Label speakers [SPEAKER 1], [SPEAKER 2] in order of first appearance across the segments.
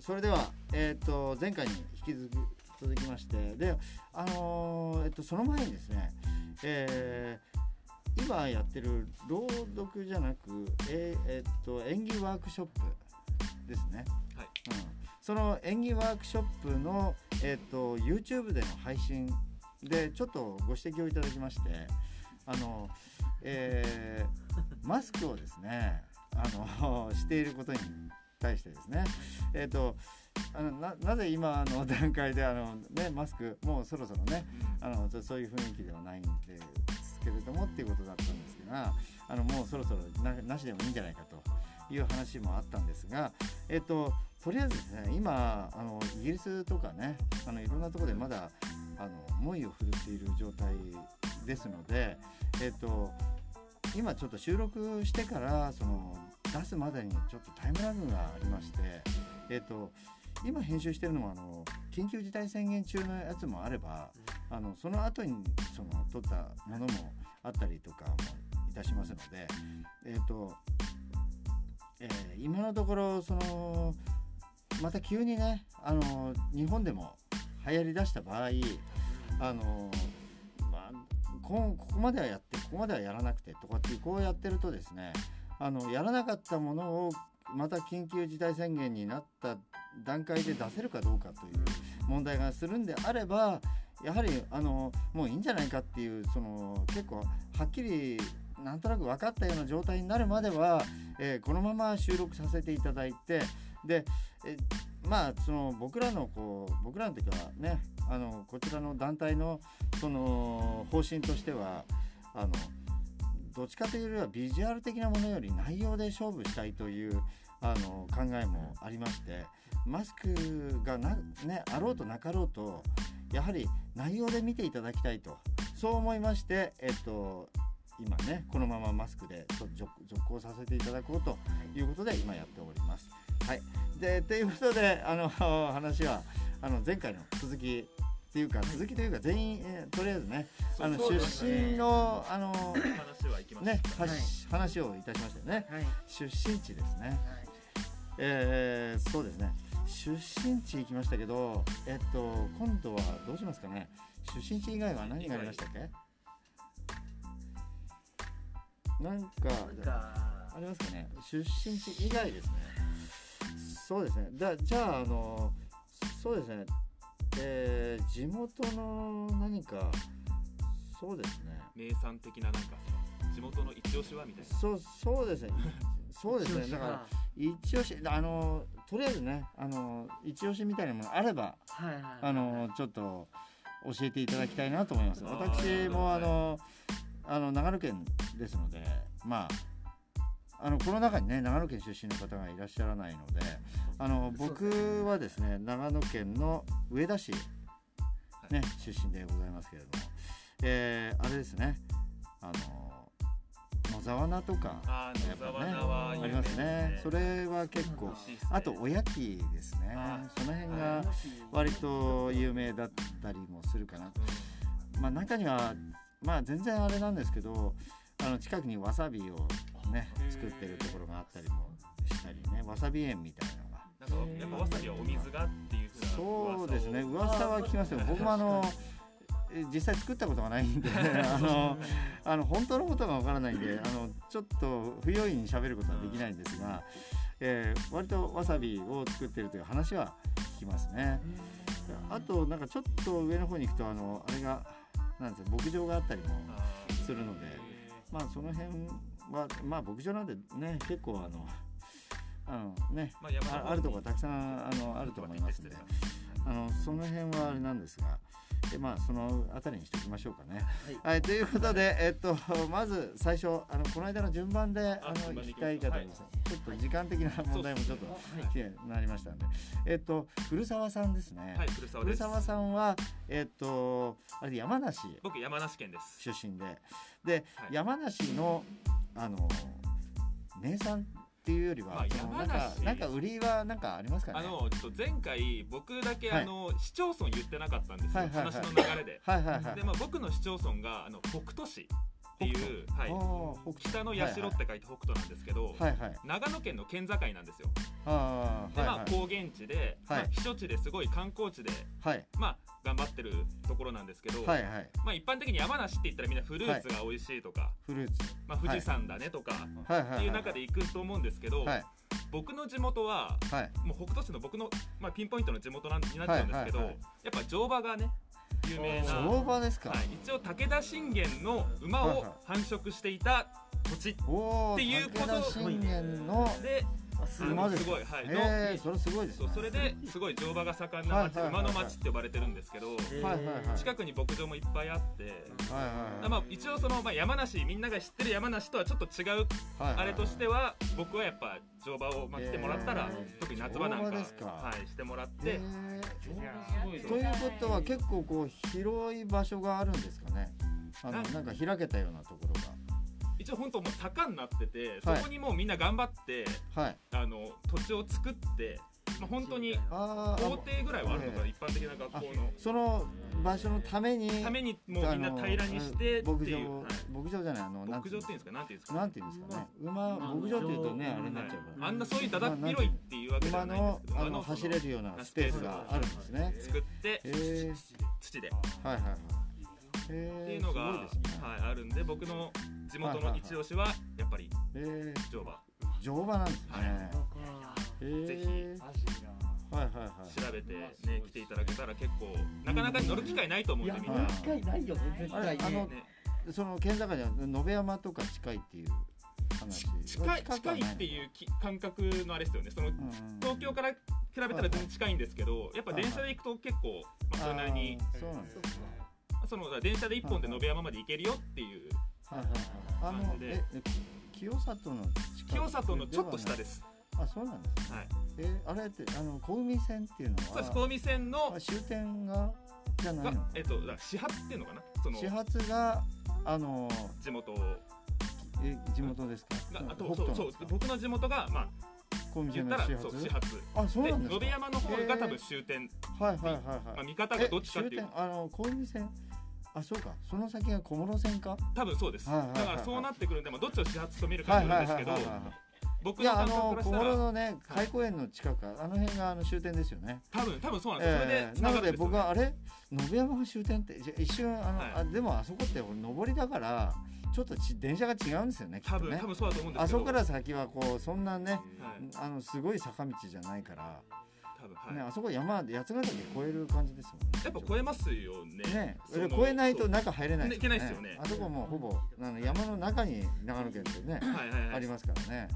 [SPEAKER 1] それでは、えー、と前回に引き続き続きましてで、あのーえっと、その前にですね、えー今やってる朗読じゃなく、えーえっと演技ワークショップですね、
[SPEAKER 2] はい
[SPEAKER 1] うん、その演技ワークショップの、えっと YouTube での配信でちょっとご指摘をいただきましてあの、えー マスクをですねあのしていることに対してですねえっ、とあのななぜ今の 段階であの、ね、マスクもうそろそろねあのそそういう雰囲気ではないんですけれどもっていうことだったんですがあのもうそろそろななしでもいいんじゃないかという話もあったんですが、えっととりあえずですね今あのイギリスとかねあのいろんなところでまだあの猛威を振るっている状態ですので、えっと今ちょっと収録してからその出すまでにちょっとタイムラグがありまして、えっと今編集してるのもあの緊急事態宣言中のやつもあればあのその後にその撮ったものもあったりとかもいたしますので、えっとえー今のところそのまた急にねあの日本でも流行りだした場合あのまあこここまではやってここまではやらなくてとかってこうやってるとですねあのやらなかったものをまた緊急事態宣言になった段階で出せるかどうかという問題がするんであればやはりあのもういいんじゃないかっていうその結構はっきりなんとなく分かったような状態になるまでは、えーこのまま収録させていただいてでえまあその僕らのこう僕らの時はねあのこちらの団体のその方針としてはあのどっちかというよりはビジュアル的なものより内容で勝負したいというあの考えもありましてマスクがな、ね、あろうとなかろうとやはり内容で見ていただきたいとそう思いまして、えっと、今ねこのままマスクでちょっと続続行させていただこうということで今やっております。はい、でということであの 話はあの前回の続きっていうか続きというか全員、えーとりあえずねあの
[SPEAKER 2] そう
[SPEAKER 1] 出
[SPEAKER 2] ですね
[SPEAKER 1] 身のあの
[SPEAKER 2] 話は行きました
[SPEAKER 1] ね、
[SPEAKER 2] は
[SPEAKER 1] はいし話をいたしましたよね
[SPEAKER 3] はい。
[SPEAKER 1] 出身地ですね、えーそうですね出身地行きましたけどえっと今度はどうしますかね出身地以外は何がありましたっけなんか
[SPEAKER 3] なんか
[SPEAKER 1] ありますかね出身地以外ですねそうですねだじゃああのそうですねえー地元の何かそうですね
[SPEAKER 2] 名産的ななんか地元の一押しはみたいな
[SPEAKER 1] そうそうですね。そうですね。だから
[SPEAKER 3] ら。
[SPEAKER 1] 一押しあのとりあえずねあの一押しみたいなものあれば
[SPEAKER 3] はいはい。
[SPEAKER 1] あのちょっと教えていただきたいなと思います。
[SPEAKER 2] あー
[SPEAKER 1] 私もあ
[SPEAKER 2] なる
[SPEAKER 1] のあの長野県ですのでまああのこの中にね長野県出身の方がいらっしゃらないのであの
[SPEAKER 3] そう
[SPEAKER 1] 僕はですね長野県の上田市、ね、出身でございますけれども、えーあれですねあの野沢菜とか
[SPEAKER 2] あー
[SPEAKER 1] や
[SPEAKER 2] 野
[SPEAKER 1] っ
[SPEAKER 2] 沢
[SPEAKER 1] ぱ
[SPEAKER 2] 菜
[SPEAKER 1] ね
[SPEAKER 2] は有
[SPEAKER 1] あ
[SPEAKER 2] 名
[SPEAKER 1] り
[SPEAKER 2] で
[SPEAKER 1] ますね。それは結
[SPEAKER 3] そう
[SPEAKER 1] 構
[SPEAKER 3] なんだ。
[SPEAKER 2] 美味しいっすね
[SPEAKER 1] あとおやきですね
[SPEAKER 2] あ。
[SPEAKER 1] その辺
[SPEAKER 2] は
[SPEAKER 1] が割と有名だったりもするかな。まあ中にはまあ全然あれなんですけど、あの近くにわさびをね
[SPEAKER 2] へー
[SPEAKER 1] 作ってるところがあったりもしたりね、わさび園みたいなのが。
[SPEAKER 2] なんかやっぱわさびはお水がっていうふうな噂
[SPEAKER 1] そ
[SPEAKER 2] を
[SPEAKER 1] うですね。
[SPEAKER 2] うん
[SPEAKER 1] 噂は聞きますよ。僕もあのえ実際作ったことがないん で、あのあの本当のことがわからないんで、あのちょっと不用意に喋ることはできないんですが、えー割とわさびを作ってるという話は聞きますね。あとなんかちょっと上の方に行くとあのあれがなんですよ牧場があったりも
[SPEAKER 2] あー
[SPEAKER 1] するので、
[SPEAKER 2] へ
[SPEAKER 1] まあその辺はまあ牧場なんでね結構あのあのね
[SPEAKER 2] ーまあ山の方
[SPEAKER 1] あ
[SPEAKER 2] に
[SPEAKER 1] あるとこはたくさんあのあると思いますんで。あのその辺はあれなんですが、でまあそのあたりにしておきましょうかね。はい、ということで、えっとまず最初あのこの間の順番であの
[SPEAKER 2] 順
[SPEAKER 1] 行
[SPEAKER 2] 番で
[SPEAKER 1] き
[SPEAKER 2] いき
[SPEAKER 1] た
[SPEAKER 2] ましょう
[SPEAKER 1] いかと思います。ちょっと時間的な問題もちょっと
[SPEAKER 3] あ
[SPEAKER 1] きれいになりましたんで、えっと古澤さんですね。
[SPEAKER 2] はい古沢で
[SPEAKER 1] 古
[SPEAKER 2] す
[SPEAKER 1] 澤さんはえっとあれ山梨
[SPEAKER 2] 僕山梨県です
[SPEAKER 1] 出身で、で、
[SPEAKER 2] はい
[SPEAKER 1] 山梨のあの名産っていうよりは、
[SPEAKER 2] まあ
[SPEAKER 1] その
[SPEAKER 2] 山
[SPEAKER 1] なんか
[SPEAKER 2] 梨
[SPEAKER 1] なんか売りはなんかありますかね。
[SPEAKER 2] あのちょっと前回僕だけ
[SPEAKER 1] はい
[SPEAKER 2] あの市町村言ってなかったんですよ
[SPEAKER 1] はいはいはい
[SPEAKER 2] 話の流れで
[SPEAKER 1] はいはいはい
[SPEAKER 2] で。まあ僕の市町村があの北斗市っていう、
[SPEAKER 1] あ
[SPEAKER 2] はい、
[SPEAKER 1] ー北斗
[SPEAKER 2] 北の社って書いて北斗なんですけど、
[SPEAKER 1] はいはい
[SPEAKER 2] 長野県の県境なんですよ。
[SPEAKER 1] あ
[SPEAKER 2] で
[SPEAKER 1] ーはい
[SPEAKER 2] まあ高原地で、
[SPEAKER 1] はい
[SPEAKER 2] まあ避暑地ですごい観光地で、
[SPEAKER 1] はい
[SPEAKER 2] まあ、頑張ってるところなんですけど、
[SPEAKER 1] はいはい
[SPEAKER 2] まあ、一般的に山梨って言ったらみんなフルーツが美味しいとか、
[SPEAKER 1] フルーツ
[SPEAKER 2] まあ、富士山だねとか、
[SPEAKER 1] はいはい
[SPEAKER 2] っ
[SPEAKER 1] は
[SPEAKER 2] て
[SPEAKER 1] い
[SPEAKER 2] いう中で行くと思うんですけど、
[SPEAKER 1] はい
[SPEAKER 2] 僕の地元は
[SPEAKER 1] はい
[SPEAKER 2] もう北斗市の僕の、まあ、ピンポイントの地元なんになっちゃうんですけど、
[SPEAKER 1] はいはいはい
[SPEAKER 2] やっぱ乗馬がね有名な、は
[SPEAKER 1] 相場ですか
[SPEAKER 2] い、一応武田信玄の馬
[SPEAKER 1] はい
[SPEAKER 2] を
[SPEAKER 1] はい
[SPEAKER 2] 繁殖していた土地
[SPEAKER 1] おお
[SPEAKER 2] っていうこ
[SPEAKER 1] 武
[SPEAKER 2] と
[SPEAKER 1] 田信玄の
[SPEAKER 2] であの
[SPEAKER 1] 馬ですす
[SPEAKER 2] ごい、はい、の
[SPEAKER 1] ええ
[SPEAKER 2] に
[SPEAKER 1] それすごいです
[SPEAKER 2] そう
[SPEAKER 1] ね
[SPEAKER 2] それですごい乗馬が盛んな町、
[SPEAKER 1] はいはいはいはい
[SPEAKER 2] 馬の町って呼ばれてるんですけど、
[SPEAKER 1] はいはいはい
[SPEAKER 2] 近くに牧場もいっぱいあって。
[SPEAKER 1] はいはいはい
[SPEAKER 2] まあ、一応その、まあ、山梨みんなが知ってる山梨とはちょっと違う
[SPEAKER 1] はいはい
[SPEAKER 2] あれとしては僕はやっぱ乗馬を、まあ、来てもらったら、
[SPEAKER 1] えー
[SPEAKER 2] 特に夏場なん
[SPEAKER 1] 乗
[SPEAKER 2] か
[SPEAKER 1] 馬ですか
[SPEAKER 2] はい、してもらって、
[SPEAKER 1] え
[SPEAKER 3] ごい
[SPEAKER 1] えということは結構こう広い場所があるんですかねあの
[SPEAKER 2] はい
[SPEAKER 1] なんか開けたようなところ
[SPEAKER 2] 一応本当もう坂になっててそ
[SPEAKER 1] はい
[SPEAKER 2] こにもうみんな頑張って、
[SPEAKER 1] がはい
[SPEAKER 2] あの土地を作って、まあ、本当に
[SPEAKER 1] あーあ
[SPEAKER 2] 校庭ぐらいはあるのかな、
[SPEAKER 1] え
[SPEAKER 2] 一般的な学校の
[SPEAKER 1] その場所のために
[SPEAKER 2] ためにもうみんな平らにして
[SPEAKER 1] あ
[SPEAKER 2] って
[SPEAKER 1] の牧
[SPEAKER 2] い
[SPEAKER 1] 場
[SPEAKER 2] う、
[SPEAKER 1] を
[SPEAKER 2] はい
[SPEAKER 1] 牧場じゃないあのなん
[SPEAKER 2] 牧
[SPEAKER 1] て
[SPEAKER 2] 場っていうんですかなんていうんですか
[SPEAKER 1] なんていうんですかね馬牧場っていうとねあれになっちゃうから
[SPEAKER 2] あんなそういうだだっ広いっていうわけじ
[SPEAKER 1] 馬
[SPEAKER 2] ゃないんで
[SPEAKER 1] の
[SPEAKER 2] すけど
[SPEAKER 1] あの
[SPEAKER 2] 馬その
[SPEAKER 1] 走れるようなスペースがあるんですね。
[SPEAKER 2] 作って
[SPEAKER 1] へえ
[SPEAKER 2] 土で
[SPEAKER 1] はいはいはい。へ
[SPEAKER 2] ってい
[SPEAKER 1] え
[SPEAKER 2] う
[SPEAKER 1] す
[SPEAKER 2] の
[SPEAKER 1] ご
[SPEAKER 2] が、
[SPEAKER 1] いですね。
[SPEAKER 2] はい、あるんで僕の地元の一押しはやっぱり
[SPEAKER 1] え
[SPEAKER 2] 乗馬
[SPEAKER 1] え乗馬なんですね。
[SPEAKER 2] ぜ
[SPEAKER 1] え
[SPEAKER 2] ひ
[SPEAKER 1] えはいはいはい。
[SPEAKER 2] 調べてね来ていただけたら結構なかなか乗る機会ないと思うんでみんな、
[SPEAKER 1] いや
[SPEAKER 3] 一回ないよね絶
[SPEAKER 1] あれ
[SPEAKER 3] 対
[SPEAKER 1] あの
[SPEAKER 2] ね、
[SPEAKER 1] その県境じゃ野辺山とか近いっていう話。
[SPEAKER 2] 近い近いっていうき感覚のあれですよねその
[SPEAKER 1] うん。
[SPEAKER 2] 東京から比べたら全然近いんですけどやっぱ電車で行くと結構、まあ、それなりに
[SPEAKER 1] あーそうなんです。
[SPEAKER 2] そのだから電車で1本で野辺山まで行けるよっていう
[SPEAKER 1] はいはいはい。あの
[SPEAKER 2] 感じ
[SPEAKER 1] え
[SPEAKER 2] で
[SPEAKER 1] え清里の近く
[SPEAKER 2] 清里のちょっと下です
[SPEAKER 1] あそうなんですね。
[SPEAKER 2] はい。
[SPEAKER 1] えー、あれってあの小海線っていうの
[SPEAKER 2] そうです
[SPEAKER 1] は、
[SPEAKER 2] 近江線の
[SPEAKER 1] あ、終点がじゃない
[SPEAKER 2] が
[SPEAKER 1] の。
[SPEAKER 2] えっとだから始発っていうのかなその
[SPEAKER 1] 始発があの
[SPEAKER 2] 地元
[SPEAKER 1] え地元ですか。
[SPEAKER 2] があと
[SPEAKER 1] 北
[SPEAKER 2] そう
[SPEAKER 1] 斗なん
[SPEAKER 2] そう
[SPEAKER 1] ですか。
[SPEAKER 2] 僕の地元がまあ
[SPEAKER 1] 小海
[SPEAKER 2] 言
[SPEAKER 1] 線
[SPEAKER 2] っ
[SPEAKER 1] の
[SPEAKER 2] たら
[SPEAKER 1] 始
[SPEAKER 2] そう
[SPEAKER 1] 発。
[SPEAKER 2] 始発
[SPEAKER 1] あそう
[SPEAKER 2] で
[SPEAKER 1] なんです
[SPEAKER 2] 野
[SPEAKER 1] か。
[SPEAKER 2] 辺山の方が多
[SPEAKER 1] へ
[SPEAKER 2] 分
[SPEAKER 1] ー
[SPEAKER 2] 終点、
[SPEAKER 1] はいはいはいはい。
[SPEAKER 2] まあ、見方がどっちかっていう
[SPEAKER 1] え終点あの小海線。あそうか。その先が小室線か。
[SPEAKER 2] 多分そうです、
[SPEAKER 1] はいはいはいはい
[SPEAKER 2] だからそうなってくるんで、まあ、どっちを始発と見るか
[SPEAKER 1] は
[SPEAKER 2] に
[SPEAKER 1] い
[SPEAKER 2] よる
[SPEAKER 1] は
[SPEAKER 2] ん
[SPEAKER 1] い
[SPEAKER 2] で
[SPEAKER 1] は
[SPEAKER 2] す
[SPEAKER 1] い
[SPEAKER 2] け
[SPEAKER 1] は
[SPEAKER 2] ど
[SPEAKER 1] いはい。
[SPEAKER 2] 僕
[SPEAKER 1] い
[SPEAKER 2] の
[SPEAKER 1] やあ
[SPEAKER 2] 感
[SPEAKER 1] の
[SPEAKER 2] 覚から
[SPEAKER 1] 小
[SPEAKER 2] した
[SPEAKER 1] 室
[SPEAKER 2] ら
[SPEAKER 1] のね開公園の近くあの辺があの終点ですよね。
[SPEAKER 2] 多分多分そうなんです、
[SPEAKER 1] え
[SPEAKER 2] そ
[SPEAKER 1] ー、
[SPEAKER 2] れで
[SPEAKER 1] な
[SPEAKER 2] 繋
[SPEAKER 1] の
[SPEAKER 2] がって
[SPEAKER 1] で
[SPEAKER 2] るんですよ
[SPEAKER 1] 僕はあれ野辺山の終点ってじゃ一瞬あの、
[SPEAKER 2] はい
[SPEAKER 1] あでもあそこって俺上りだからちょっとち電車が違うんですよねきっ
[SPEAKER 2] 多
[SPEAKER 1] と
[SPEAKER 2] 分
[SPEAKER 1] ね
[SPEAKER 2] 多。分そうだと思うんです
[SPEAKER 1] あ
[SPEAKER 2] け
[SPEAKER 1] そこ
[SPEAKER 2] ど
[SPEAKER 1] から先はこうそんなね
[SPEAKER 2] はい
[SPEAKER 1] あのすごい坂道じゃないから、
[SPEAKER 2] 多分はい、
[SPEAKER 1] ね
[SPEAKER 2] や
[SPEAKER 1] あそこ山で八ヶ岳越える感じですもんね。
[SPEAKER 2] っぱ超えますよね
[SPEAKER 1] ね、
[SPEAKER 2] その
[SPEAKER 1] 越えないと中入れない
[SPEAKER 2] いけないですよね
[SPEAKER 1] あそこもうほぼあの山の中に長野県ってね、
[SPEAKER 2] そうはいはいはい
[SPEAKER 1] ありますからね。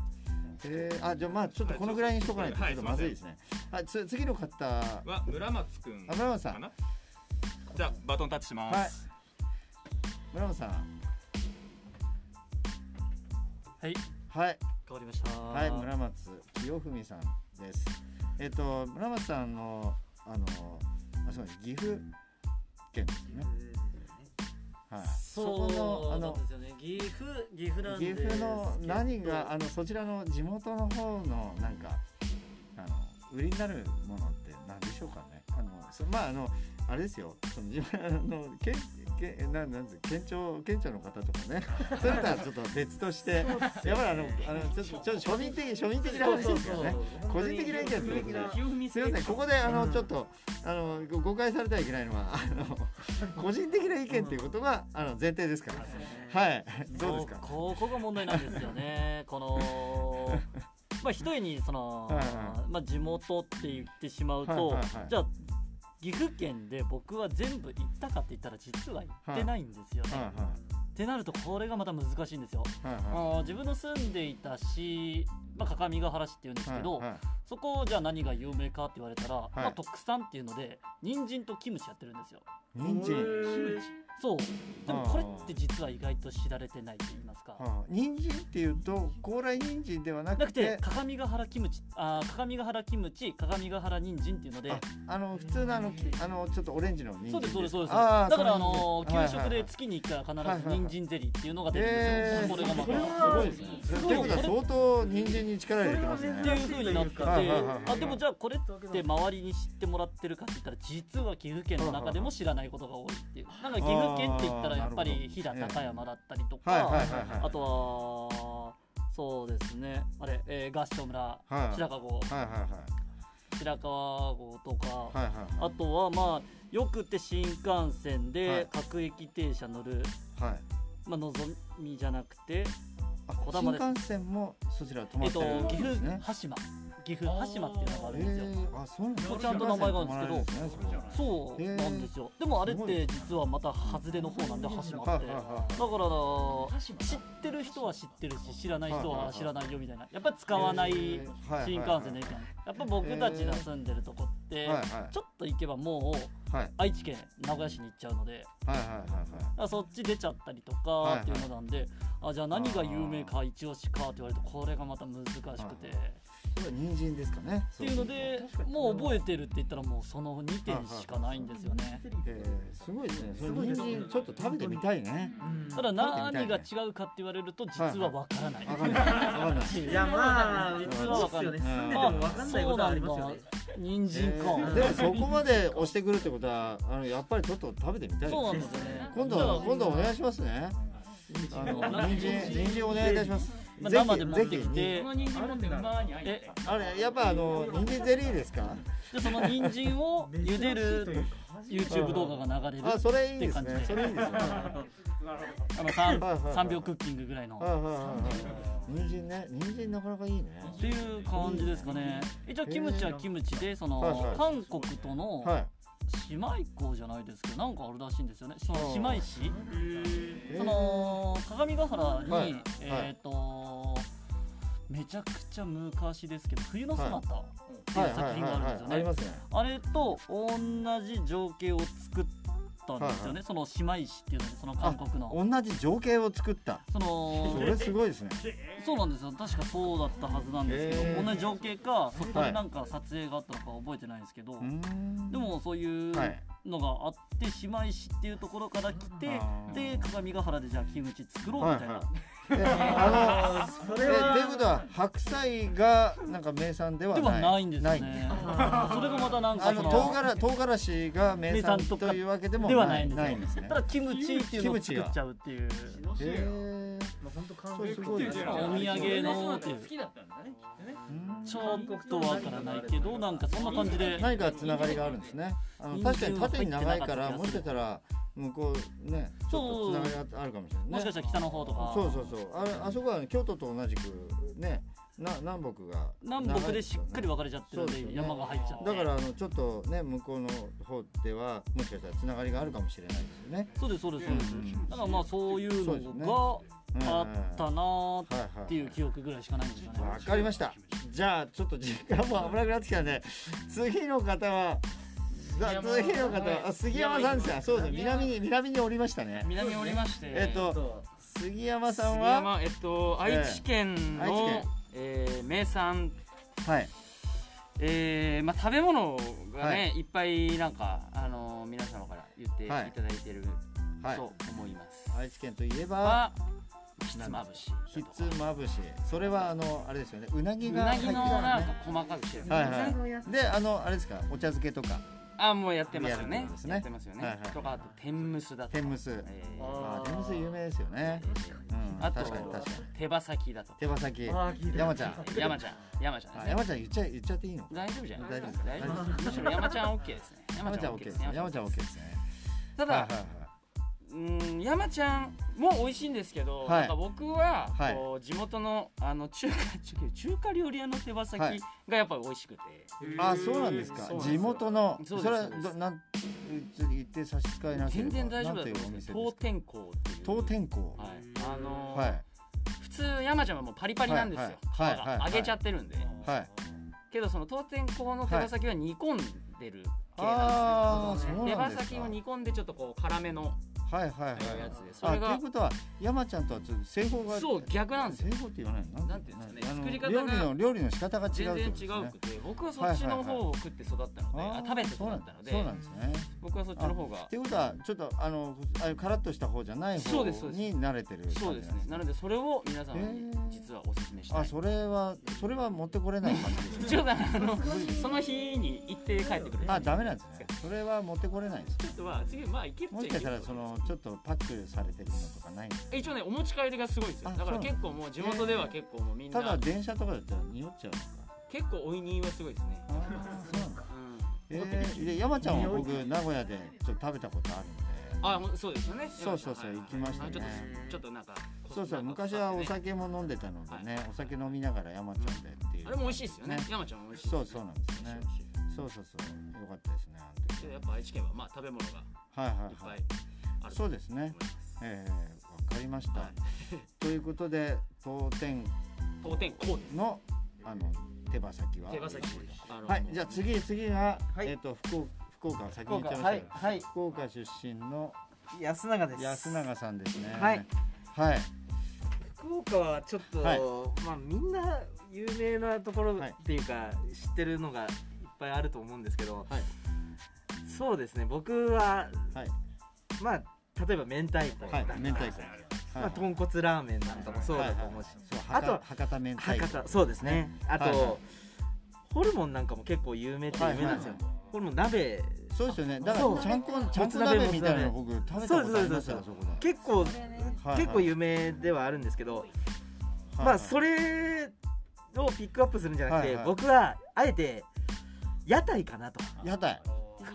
[SPEAKER 1] えー、あじゃあまあちょっとこのぐらいにしとかないとちょ
[SPEAKER 2] はい
[SPEAKER 1] っとまずいですね。あつ次の方あ
[SPEAKER 2] は村松くんか
[SPEAKER 1] 村松さん
[SPEAKER 2] なじゃあバトンタッチします、
[SPEAKER 1] はい村本さん
[SPEAKER 3] はい
[SPEAKER 1] はい
[SPEAKER 3] 変わりました
[SPEAKER 1] はい村松清文さんです。えっ、と村松さんのあのあそうです岐阜県ですね。はい。そ
[SPEAKER 3] そう
[SPEAKER 1] このあ
[SPEAKER 3] なん
[SPEAKER 1] の
[SPEAKER 3] ですよね岐阜岐阜なん
[SPEAKER 1] 岐
[SPEAKER 3] ですけど
[SPEAKER 1] 阜の何があのそちらの地元の方のなんかあの売りになるものって何でしょうかねあのそまああのあれですよその自分あの県県なんなんです県庁県庁の方とか ねそれとはちょっと別としてやっぱりあのあのちょっとちょっと庶民的庶民的な話ですよね。個人的な意見ってことですすいませんここであの、
[SPEAKER 3] うん
[SPEAKER 1] ちょっとあのご誤解されてはいけないのはあ の個人的な意見っていうことがあの前提ですから。
[SPEAKER 3] い
[SPEAKER 1] はい、どうですか。
[SPEAKER 3] ここが問題なんですよね このまあ一重にその
[SPEAKER 1] はいは
[SPEAKER 3] まあ地元って言ってしまうと
[SPEAKER 1] はいはいはい
[SPEAKER 3] じゃあ岐阜県で僕は全部行ったかって言ったら実は行ってないんですよね、
[SPEAKER 1] はいはい
[SPEAKER 3] ってなるとこれがまた難しいんですよ、
[SPEAKER 1] はい
[SPEAKER 3] あ
[SPEAKER 1] は
[SPEAKER 3] の自分の住んでいた市、まあ、各務原市っていうんで
[SPEAKER 1] い。
[SPEAKER 3] すけど、
[SPEAKER 1] はいはい
[SPEAKER 3] そこをじゃあ何が有名かって言われたら、
[SPEAKER 1] い
[SPEAKER 3] まあ、特産っていうので人参とキムチやってるんですよ
[SPEAKER 1] 人参。
[SPEAKER 3] そうでもこれって実は意外と知られてないと言いますか
[SPEAKER 1] はあ人参っていうと高麗人参ではな
[SPEAKER 3] な
[SPEAKER 1] く
[SPEAKER 3] くて
[SPEAKER 1] て
[SPEAKER 3] 鏡ヶ原キムチあー鏡ヶ原キムチ鏡ヶ原人参っていうので
[SPEAKER 1] ああの普通のあのきあのちょっとオレンジの人参
[SPEAKER 3] そうですそうですそうです
[SPEAKER 1] あー
[SPEAKER 3] だからあ
[SPEAKER 1] そ
[SPEAKER 3] の
[SPEAKER 1] 人参
[SPEAKER 3] ー給食
[SPEAKER 1] はいはい
[SPEAKER 3] で
[SPEAKER 1] はい
[SPEAKER 3] 月に1回
[SPEAKER 1] はい
[SPEAKER 3] は
[SPEAKER 1] はい
[SPEAKER 3] 必
[SPEAKER 1] はい
[SPEAKER 3] ず人参ゼリーっていうのが出てるんです
[SPEAKER 1] え
[SPEAKER 3] よ
[SPEAKER 1] ー
[SPEAKER 3] これがま
[SPEAKER 1] す
[SPEAKER 3] た
[SPEAKER 1] ごいですね
[SPEAKER 3] すごい
[SPEAKER 1] ということは相当人参に力を入れてます
[SPEAKER 3] ってい
[SPEAKER 1] ね
[SPEAKER 3] う風になってて、
[SPEAKER 1] はいはいはいはい
[SPEAKER 3] あでもじゃあこれって周りに知ってもらってるかって言ったら実は岐阜県の中でも知らないことが多いっていうなんか岐阜阜県って言ったらやっ
[SPEAKER 1] あ
[SPEAKER 3] ぱ
[SPEAKER 1] ーなる
[SPEAKER 3] り
[SPEAKER 1] ほど
[SPEAKER 3] 飛騨高山だったりと
[SPEAKER 1] はいはいはい
[SPEAKER 3] か
[SPEAKER 1] はい
[SPEAKER 3] あとはそうですねあれ、えー、合掌村
[SPEAKER 1] はい
[SPEAKER 3] 白川郷
[SPEAKER 1] はいはいはい
[SPEAKER 3] 白川郷とか、
[SPEAKER 1] はいはい
[SPEAKER 3] あとはまあよくて新幹線
[SPEAKER 1] はい
[SPEAKER 3] で各駅停車乗る、
[SPEAKER 1] はい
[SPEAKER 3] まあのぞみじゃなくて、
[SPEAKER 1] あ
[SPEAKER 3] 小玉で
[SPEAKER 1] 新幹線もそちら止ま
[SPEAKER 3] えっ
[SPEAKER 1] って
[SPEAKER 3] と
[SPEAKER 1] るん
[SPEAKER 3] 岐
[SPEAKER 1] です
[SPEAKER 3] 阜
[SPEAKER 1] ね、
[SPEAKER 3] 羽島岐阜羽島っていうのがあるんですよ。
[SPEAKER 1] えー、あそうなんだ
[SPEAKER 2] これちゃんと名
[SPEAKER 3] 前があるんですけど
[SPEAKER 1] 新幹線止まらないですね
[SPEAKER 3] そうなんですよ、でもあれって実はまた外れの方なんで羽
[SPEAKER 1] それ
[SPEAKER 3] 島
[SPEAKER 1] じゃ
[SPEAKER 3] っ
[SPEAKER 1] はい
[SPEAKER 3] て
[SPEAKER 1] はい
[SPEAKER 3] だか
[SPEAKER 1] はい
[SPEAKER 3] ら
[SPEAKER 4] 鹿島
[SPEAKER 3] 知ってる人は知ってるし知らない人
[SPEAKER 1] はいはいは
[SPEAKER 3] はい知らないよみたいなやっぱり使わない新幹線の駅なんでやっぱ僕たちが住んでるとこって
[SPEAKER 1] はいはい
[SPEAKER 3] ちょっと行けばもう
[SPEAKER 1] はい
[SPEAKER 3] 愛知県名古屋市に行っちゃうのでだか
[SPEAKER 1] はいはいはいはい
[SPEAKER 3] らそっち出ちゃったりと
[SPEAKER 1] はいは
[SPEAKER 3] か
[SPEAKER 1] い
[SPEAKER 3] っていうのなんであじゃあ何が有名か一押しかって言われるとこれがまた難しくてっ
[SPEAKER 1] これは人参ですかね。
[SPEAKER 3] ていうので
[SPEAKER 4] そうそう
[SPEAKER 3] もう覚えてるって言ったらもうその2点しかないんですよね。
[SPEAKER 1] えー、すごいですね。そ
[SPEAKER 4] すご
[SPEAKER 1] の
[SPEAKER 4] いで
[SPEAKER 1] 人
[SPEAKER 4] す
[SPEAKER 1] 参ちょっと食べてみたいね。
[SPEAKER 4] うん
[SPEAKER 3] ただ
[SPEAKER 1] 食べて
[SPEAKER 3] 何
[SPEAKER 1] み
[SPEAKER 3] が
[SPEAKER 1] たい
[SPEAKER 3] 違
[SPEAKER 1] ね
[SPEAKER 3] うかって言われると実はわからない。
[SPEAKER 1] わかんない。わかんない。
[SPEAKER 4] いやまあ
[SPEAKER 3] 実はわかんない
[SPEAKER 4] そうっすよね住んでてもわかんないことはありますよね
[SPEAKER 3] 人参
[SPEAKER 1] え
[SPEAKER 3] か。
[SPEAKER 1] ーでもそこまで押してくるってことは、あのやっぱりちょっと食べてみたい。
[SPEAKER 3] そうな
[SPEAKER 1] ね
[SPEAKER 3] んですよね。
[SPEAKER 1] 今度
[SPEAKER 3] だから
[SPEAKER 1] 今度お願いしますね。あの人参人参お願いいたします。
[SPEAKER 3] まあ
[SPEAKER 1] ぜひ
[SPEAKER 3] 生で持ってき
[SPEAKER 1] ぜ
[SPEAKER 3] て
[SPEAKER 4] こ、の人参持って馬に入って
[SPEAKER 3] え
[SPEAKER 1] ひあれやっぱあの人参ゼリーですか？
[SPEAKER 3] でその人参を茹でる YouTube 動画が流れる
[SPEAKER 1] あ、それいいです
[SPEAKER 3] って感
[SPEAKER 1] ね。
[SPEAKER 3] じ
[SPEAKER 1] それいいですね。
[SPEAKER 3] あの三
[SPEAKER 1] はいはいはい
[SPEAKER 3] 三秒クッキングぐらいの
[SPEAKER 1] はいはいはいはい人参ね、人参なかなかいいね。
[SPEAKER 3] っていう感じですかね。一応キムチはキムチでそ
[SPEAKER 1] はいは
[SPEAKER 3] の
[SPEAKER 1] い
[SPEAKER 3] 韓国との
[SPEAKER 1] はい。
[SPEAKER 3] 姉妹校じゃないですけどなんかあるらしいんですよね。その姉妹市。
[SPEAKER 1] えー
[SPEAKER 3] その鏡ヶ原に、
[SPEAKER 1] はい
[SPEAKER 3] えっ、とめちゃくちゃ昔ですけど冬のソナタっていう作品があるんですよね、
[SPEAKER 1] はいはいはいはいありますね。
[SPEAKER 3] あれと同じ情景を作ったんですよね、
[SPEAKER 1] はい
[SPEAKER 3] その姉妹市っていうのでその韓国の
[SPEAKER 1] 同じ情景を作った。
[SPEAKER 3] その
[SPEAKER 1] それすごいですね。
[SPEAKER 3] そうなんですよ確かそうだったはずなんですけど、
[SPEAKER 1] へー
[SPEAKER 3] 同じ情景かそこでなんか撮影があったのか覚えてないんですけど、
[SPEAKER 1] うーん
[SPEAKER 3] で、もそういう
[SPEAKER 1] はい。
[SPEAKER 3] のがあって姉妹市っていうところから来て
[SPEAKER 1] あー
[SPEAKER 3] で鏡ヶ原でじゃあキムチ作ろうみたいな、
[SPEAKER 1] はいはいであの
[SPEAKER 4] そ
[SPEAKER 1] え
[SPEAKER 4] れは
[SPEAKER 1] ということは白菜がなんか名産ではな
[SPEAKER 3] で
[SPEAKER 1] い。
[SPEAKER 3] はないんですよ
[SPEAKER 1] ない
[SPEAKER 3] ね。
[SPEAKER 4] あー
[SPEAKER 3] それがまたなん
[SPEAKER 1] あ
[SPEAKER 3] か
[SPEAKER 1] の
[SPEAKER 3] そ
[SPEAKER 1] 唐
[SPEAKER 3] の
[SPEAKER 1] 辛唐辛子が名産
[SPEAKER 3] 名産と
[SPEAKER 1] と
[SPEAKER 3] か
[SPEAKER 1] いうわけでも
[SPEAKER 3] ではないんですよ
[SPEAKER 1] ないんですね
[SPEAKER 3] た。だキムチっていうのを作っちゃうっていう。
[SPEAKER 1] へー
[SPEAKER 4] 本当完
[SPEAKER 1] そう
[SPEAKER 4] 璧
[SPEAKER 1] すごいですね
[SPEAKER 3] お土産の
[SPEAKER 4] 好きだったんだねきっとね
[SPEAKER 1] うーん
[SPEAKER 3] ちょっとわからないけどなんかそんな感じで。
[SPEAKER 1] 何かつながりがあるんですね。あの確かに縦に長いからもしかしたら向こうねちょっとつながりがあるかもしれないね。
[SPEAKER 3] もしかしたら北の方とか。
[SPEAKER 1] そうそうそうあれあそこはね京都と同じくねな南北が
[SPEAKER 3] 南北でしっかり分かれちゃってるん
[SPEAKER 1] そうです
[SPEAKER 3] で
[SPEAKER 1] よね
[SPEAKER 3] 山が入っちゃって。
[SPEAKER 1] だからあのちょっとね向こうの方ではもしかしたらつながりがあるかもしれないですよね。
[SPEAKER 3] そうですそうですそうです
[SPEAKER 1] うん。
[SPEAKER 3] だからまあそういう
[SPEAKER 1] そうですね
[SPEAKER 3] の
[SPEAKER 1] うん
[SPEAKER 3] があったなーっ
[SPEAKER 1] はいはい。
[SPEAKER 3] ていう記憶ぐらいしかないんですよね。
[SPEAKER 1] わかりました。じゃあちょっと時間も危なくなってきたんで次の方は。だ
[SPEAKER 4] 杉山
[SPEAKER 1] 次の方はあ杉山さんですよ。そうですね。南に南におりましたね。
[SPEAKER 5] 南におりまして、
[SPEAKER 1] えっと
[SPEAKER 4] そう
[SPEAKER 1] 杉山さん
[SPEAKER 5] 杉
[SPEAKER 1] は
[SPEAKER 5] 山えっと
[SPEAKER 1] ええ
[SPEAKER 5] 愛知県
[SPEAKER 1] 愛
[SPEAKER 5] の、
[SPEAKER 1] 知県
[SPEAKER 5] えー名産、
[SPEAKER 1] はい
[SPEAKER 5] えーまあ、食べ物がね、、
[SPEAKER 1] はい
[SPEAKER 5] っぱいなんか、あのー皆様から言ってい
[SPEAKER 1] はい
[SPEAKER 5] ただいてる
[SPEAKER 1] はい
[SPEAKER 5] と思います、
[SPEAKER 1] 愛知県といえば
[SPEAKER 5] はひつまぶし
[SPEAKER 1] ひつまぶしそれはあのあれですよねうなぎ
[SPEAKER 5] う
[SPEAKER 1] が
[SPEAKER 5] な
[SPEAKER 1] 入っ
[SPEAKER 5] ぎ
[SPEAKER 1] て
[SPEAKER 5] の
[SPEAKER 1] る
[SPEAKER 5] なんか細かくしてる、
[SPEAKER 1] はいはい。で、あの、あれですか、お茶漬けとか、
[SPEAKER 5] あもうやってますよ
[SPEAKER 1] リアル
[SPEAKER 5] ね
[SPEAKER 1] なですね
[SPEAKER 5] やってますよね、
[SPEAKER 1] はいはい
[SPEAKER 5] とかあと天むすだとか
[SPEAKER 1] 天むす。
[SPEAKER 5] えー
[SPEAKER 1] あー、天むす有名ですよ
[SPEAKER 5] え
[SPEAKER 1] ね。うん、
[SPEAKER 5] あと
[SPEAKER 1] 確かに、確かに。
[SPEAKER 5] ー手羽 先だとか
[SPEAKER 1] 手羽先。
[SPEAKER 4] あー聞いた
[SPEAKER 1] 山ちゃん。
[SPEAKER 5] 山ちゃん山ちゃんです
[SPEAKER 1] あ
[SPEAKER 5] ね
[SPEAKER 1] 山ちゃん、言っちゃ、言っちゃっていいの。
[SPEAKER 5] 大丈夫じゃない
[SPEAKER 1] 大丈夫ですか
[SPEAKER 5] 大丈夫ですむしろ山ちゃん OK ですね
[SPEAKER 1] 山ちゃん、オッケーですね。山ちゃん、オッケーですね。
[SPEAKER 5] ただ、
[SPEAKER 1] はいはいは
[SPEAKER 5] うん山ちゃんも美味しいんですけ
[SPEAKER 1] は
[SPEAKER 5] ど、
[SPEAKER 1] い
[SPEAKER 5] なんか僕は、
[SPEAKER 1] はい
[SPEAKER 5] こう地元のあの中華中中華料理屋の手羽先
[SPEAKER 1] はい
[SPEAKER 5] がやっぱり美味しく
[SPEAKER 1] い
[SPEAKER 5] て、
[SPEAKER 1] あ、そうなんですか
[SPEAKER 5] そう。なんです
[SPEAKER 1] 地
[SPEAKER 5] よ
[SPEAKER 1] 元の。
[SPEAKER 5] そ
[SPEAKER 1] そうれ
[SPEAKER 5] です
[SPEAKER 1] は、
[SPEAKER 5] そうです
[SPEAKER 1] ど、なん。ちょっと言って差し支えなけれ
[SPEAKER 5] 全
[SPEAKER 1] ば。
[SPEAKER 5] 然大丈夫だと
[SPEAKER 1] なんてい
[SPEAKER 5] 思
[SPEAKER 1] ううんお
[SPEAKER 5] です
[SPEAKER 1] 店で
[SPEAKER 5] よ当
[SPEAKER 1] すか。
[SPEAKER 5] 店香っていう
[SPEAKER 1] 当天候。
[SPEAKER 5] はいあのー
[SPEAKER 1] はい。
[SPEAKER 5] 普通山ちゃんはもうパリパリなんですよ、
[SPEAKER 1] はいはい
[SPEAKER 5] 皮が
[SPEAKER 1] はいはい
[SPEAKER 5] 揚げちゃってるんで、
[SPEAKER 1] はい。
[SPEAKER 5] けどその当店香の手羽先は煮込んでる系な
[SPEAKER 1] ああ、
[SPEAKER 5] んです
[SPEAKER 1] そ
[SPEAKER 5] よ、
[SPEAKER 1] う
[SPEAKER 5] 手
[SPEAKER 1] な
[SPEAKER 5] 羽
[SPEAKER 1] んです
[SPEAKER 5] 先
[SPEAKER 1] か
[SPEAKER 5] を。煮込んでちょっとこう辛めの
[SPEAKER 1] はいはいは
[SPEAKER 5] や
[SPEAKER 1] い
[SPEAKER 5] つ。でそ
[SPEAKER 1] あ、
[SPEAKER 5] れ
[SPEAKER 1] とい
[SPEAKER 5] が
[SPEAKER 1] うことは、山ちゃんとはちょっと製法が。
[SPEAKER 5] そう逆なんですよ
[SPEAKER 1] 製法って言わないの。
[SPEAKER 5] なんていうんですかね
[SPEAKER 1] あの
[SPEAKER 5] 作り方が
[SPEAKER 1] 料理の、料理の仕方が違うってこ
[SPEAKER 5] 全
[SPEAKER 1] とで
[SPEAKER 5] 然違
[SPEAKER 1] すね。
[SPEAKER 5] うくて僕はそっちの方を食って育ったので、
[SPEAKER 1] あ
[SPEAKER 5] あ
[SPEAKER 1] ー
[SPEAKER 5] 食べて育ったので
[SPEAKER 1] そうなんですね。
[SPEAKER 5] 僕はそっちの方が
[SPEAKER 1] っていうことはちょっとあのああいうカラッとした方じゃない
[SPEAKER 5] そ
[SPEAKER 1] 方
[SPEAKER 5] うですそうです
[SPEAKER 1] に慣れてる感じ
[SPEAKER 5] そうですね。な
[SPEAKER 1] なん
[SPEAKER 5] のでそれを皆様
[SPEAKER 1] へ
[SPEAKER 5] に
[SPEAKER 1] ー
[SPEAKER 5] 実はお勧めしたい。
[SPEAKER 1] あそれはそれは持ってこれない感じです
[SPEAKER 5] 一応だからあのその日に行って帰ってくる。
[SPEAKER 1] あダメなんですねそれは持ってこれないです
[SPEAKER 2] ちょっとまあ次まあいけるっ
[SPEAKER 1] もし
[SPEAKER 2] ち
[SPEAKER 1] か
[SPEAKER 2] ゃい
[SPEAKER 1] し
[SPEAKER 2] け
[SPEAKER 1] た
[SPEAKER 2] る
[SPEAKER 1] らそのちょっとパックされてるのとかないんですか
[SPEAKER 5] 一応ねお持ち帰りがすごいですよ
[SPEAKER 1] あ
[SPEAKER 5] だから
[SPEAKER 1] そう
[SPEAKER 5] 結構もう地元では結構もうみんな
[SPEAKER 1] ただ電車とかだったら匂っちゃうのか
[SPEAKER 5] 結構おいにはすごいですね、
[SPEAKER 1] ああそうなんだ
[SPEAKER 5] うん、
[SPEAKER 1] えー、で山ちゃんは僕名古屋でちょっと食べたことあるんで
[SPEAKER 5] あもうそうですよね
[SPEAKER 1] そうそうそう
[SPEAKER 5] はい
[SPEAKER 1] 行きましたね
[SPEAKER 5] あちょっとちょっとなんか
[SPEAKER 1] そうそう
[SPEAKER 5] なんか
[SPEAKER 1] 昔はお酒も飲んでたのでね、
[SPEAKER 5] はい
[SPEAKER 1] お酒飲みながら山ちゃんでっていう、
[SPEAKER 5] あれも美味しいですよね山ちゃんも美味しい
[SPEAKER 1] そうそうなんですよね
[SPEAKER 5] 美味しい美味し
[SPEAKER 1] そうそうそうよかったですねあの
[SPEAKER 5] い
[SPEAKER 1] 時
[SPEAKER 5] けどやっぱ愛知県はまあ食べ物が
[SPEAKER 1] はいはい
[SPEAKER 5] いっ
[SPEAKER 1] は
[SPEAKER 5] ぱ
[SPEAKER 1] い
[SPEAKER 5] いある
[SPEAKER 1] そう
[SPEAKER 5] で
[SPEAKER 1] ですね
[SPEAKER 5] す
[SPEAKER 1] えー、わかりました、
[SPEAKER 5] はい
[SPEAKER 1] ということで当店
[SPEAKER 5] 当店こうです
[SPEAKER 1] のあの手羽先は
[SPEAKER 5] 手羽先あの
[SPEAKER 1] はいじゃあ次次が、
[SPEAKER 6] はい
[SPEAKER 1] えっ、と福岡福岡先
[SPEAKER 6] 福
[SPEAKER 1] に行っ
[SPEAKER 6] 岡
[SPEAKER 1] ちゃいまし
[SPEAKER 6] は
[SPEAKER 1] た
[SPEAKER 6] い
[SPEAKER 1] けど、
[SPEAKER 6] はい
[SPEAKER 1] 福岡出身の
[SPEAKER 6] 安永です
[SPEAKER 1] 安永さんですね
[SPEAKER 6] はい
[SPEAKER 1] はい
[SPEAKER 6] 福岡はちょっと、
[SPEAKER 1] はい
[SPEAKER 6] まあみんな有名なところ
[SPEAKER 1] はい
[SPEAKER 6] っていうか、知ってるのがいっぱいあると思うんですけど、
[SPEAKER 1] はい
[SPEAKER 6] そうですね僕は
[SPEAKER 1] はい
[SPEAKER 6] まあ例えば明太子、
[SPEAKER 1] はい明太子
[SPEAKER 6] まあ、豚骨ラーメンなんかもそうだと思うし、
[SPEAKER 1] そう
[SPEAKER 6] あと
[SPEAKER 1] 博博多明太子
[SPEAKER 6] 博多そうですねあと、
[SPEAKER 1] はいはい
[SPEAKER 6] ホルモンなんかも結構有名って有名なんですよ、
[SPEAKER 1] はい
[SPEAKER 6] ホルモン鍋
[SPEAKER 1] そうですよねだから
[SPEAKER 6] そう
[SPEAKER 1] ちゃんこちゃんこ
[SPEAKER 6] もつ
[SPEAKER 1] 鍋
[SPEAKER 6] 鍋
[SPEAKER 1] みたいなの僕食べたことありますよ
[SPEAKER 6] そうですそうです
[SPEAKER 1] あそこで
[SPEAKER 6] 結構、
[SPEAKER 1] はい
[SPEAKER 6] 結構有名ではあるんですけど、
[SPEAKER 1] はい
[SPEAKER 6] まあそれをピックアップするんじゃなくて、
[SPEAKER 1] はいはい
[SPEAKER 6] 僕はあえて屋台かなと
[SPEAKER 1] 屋台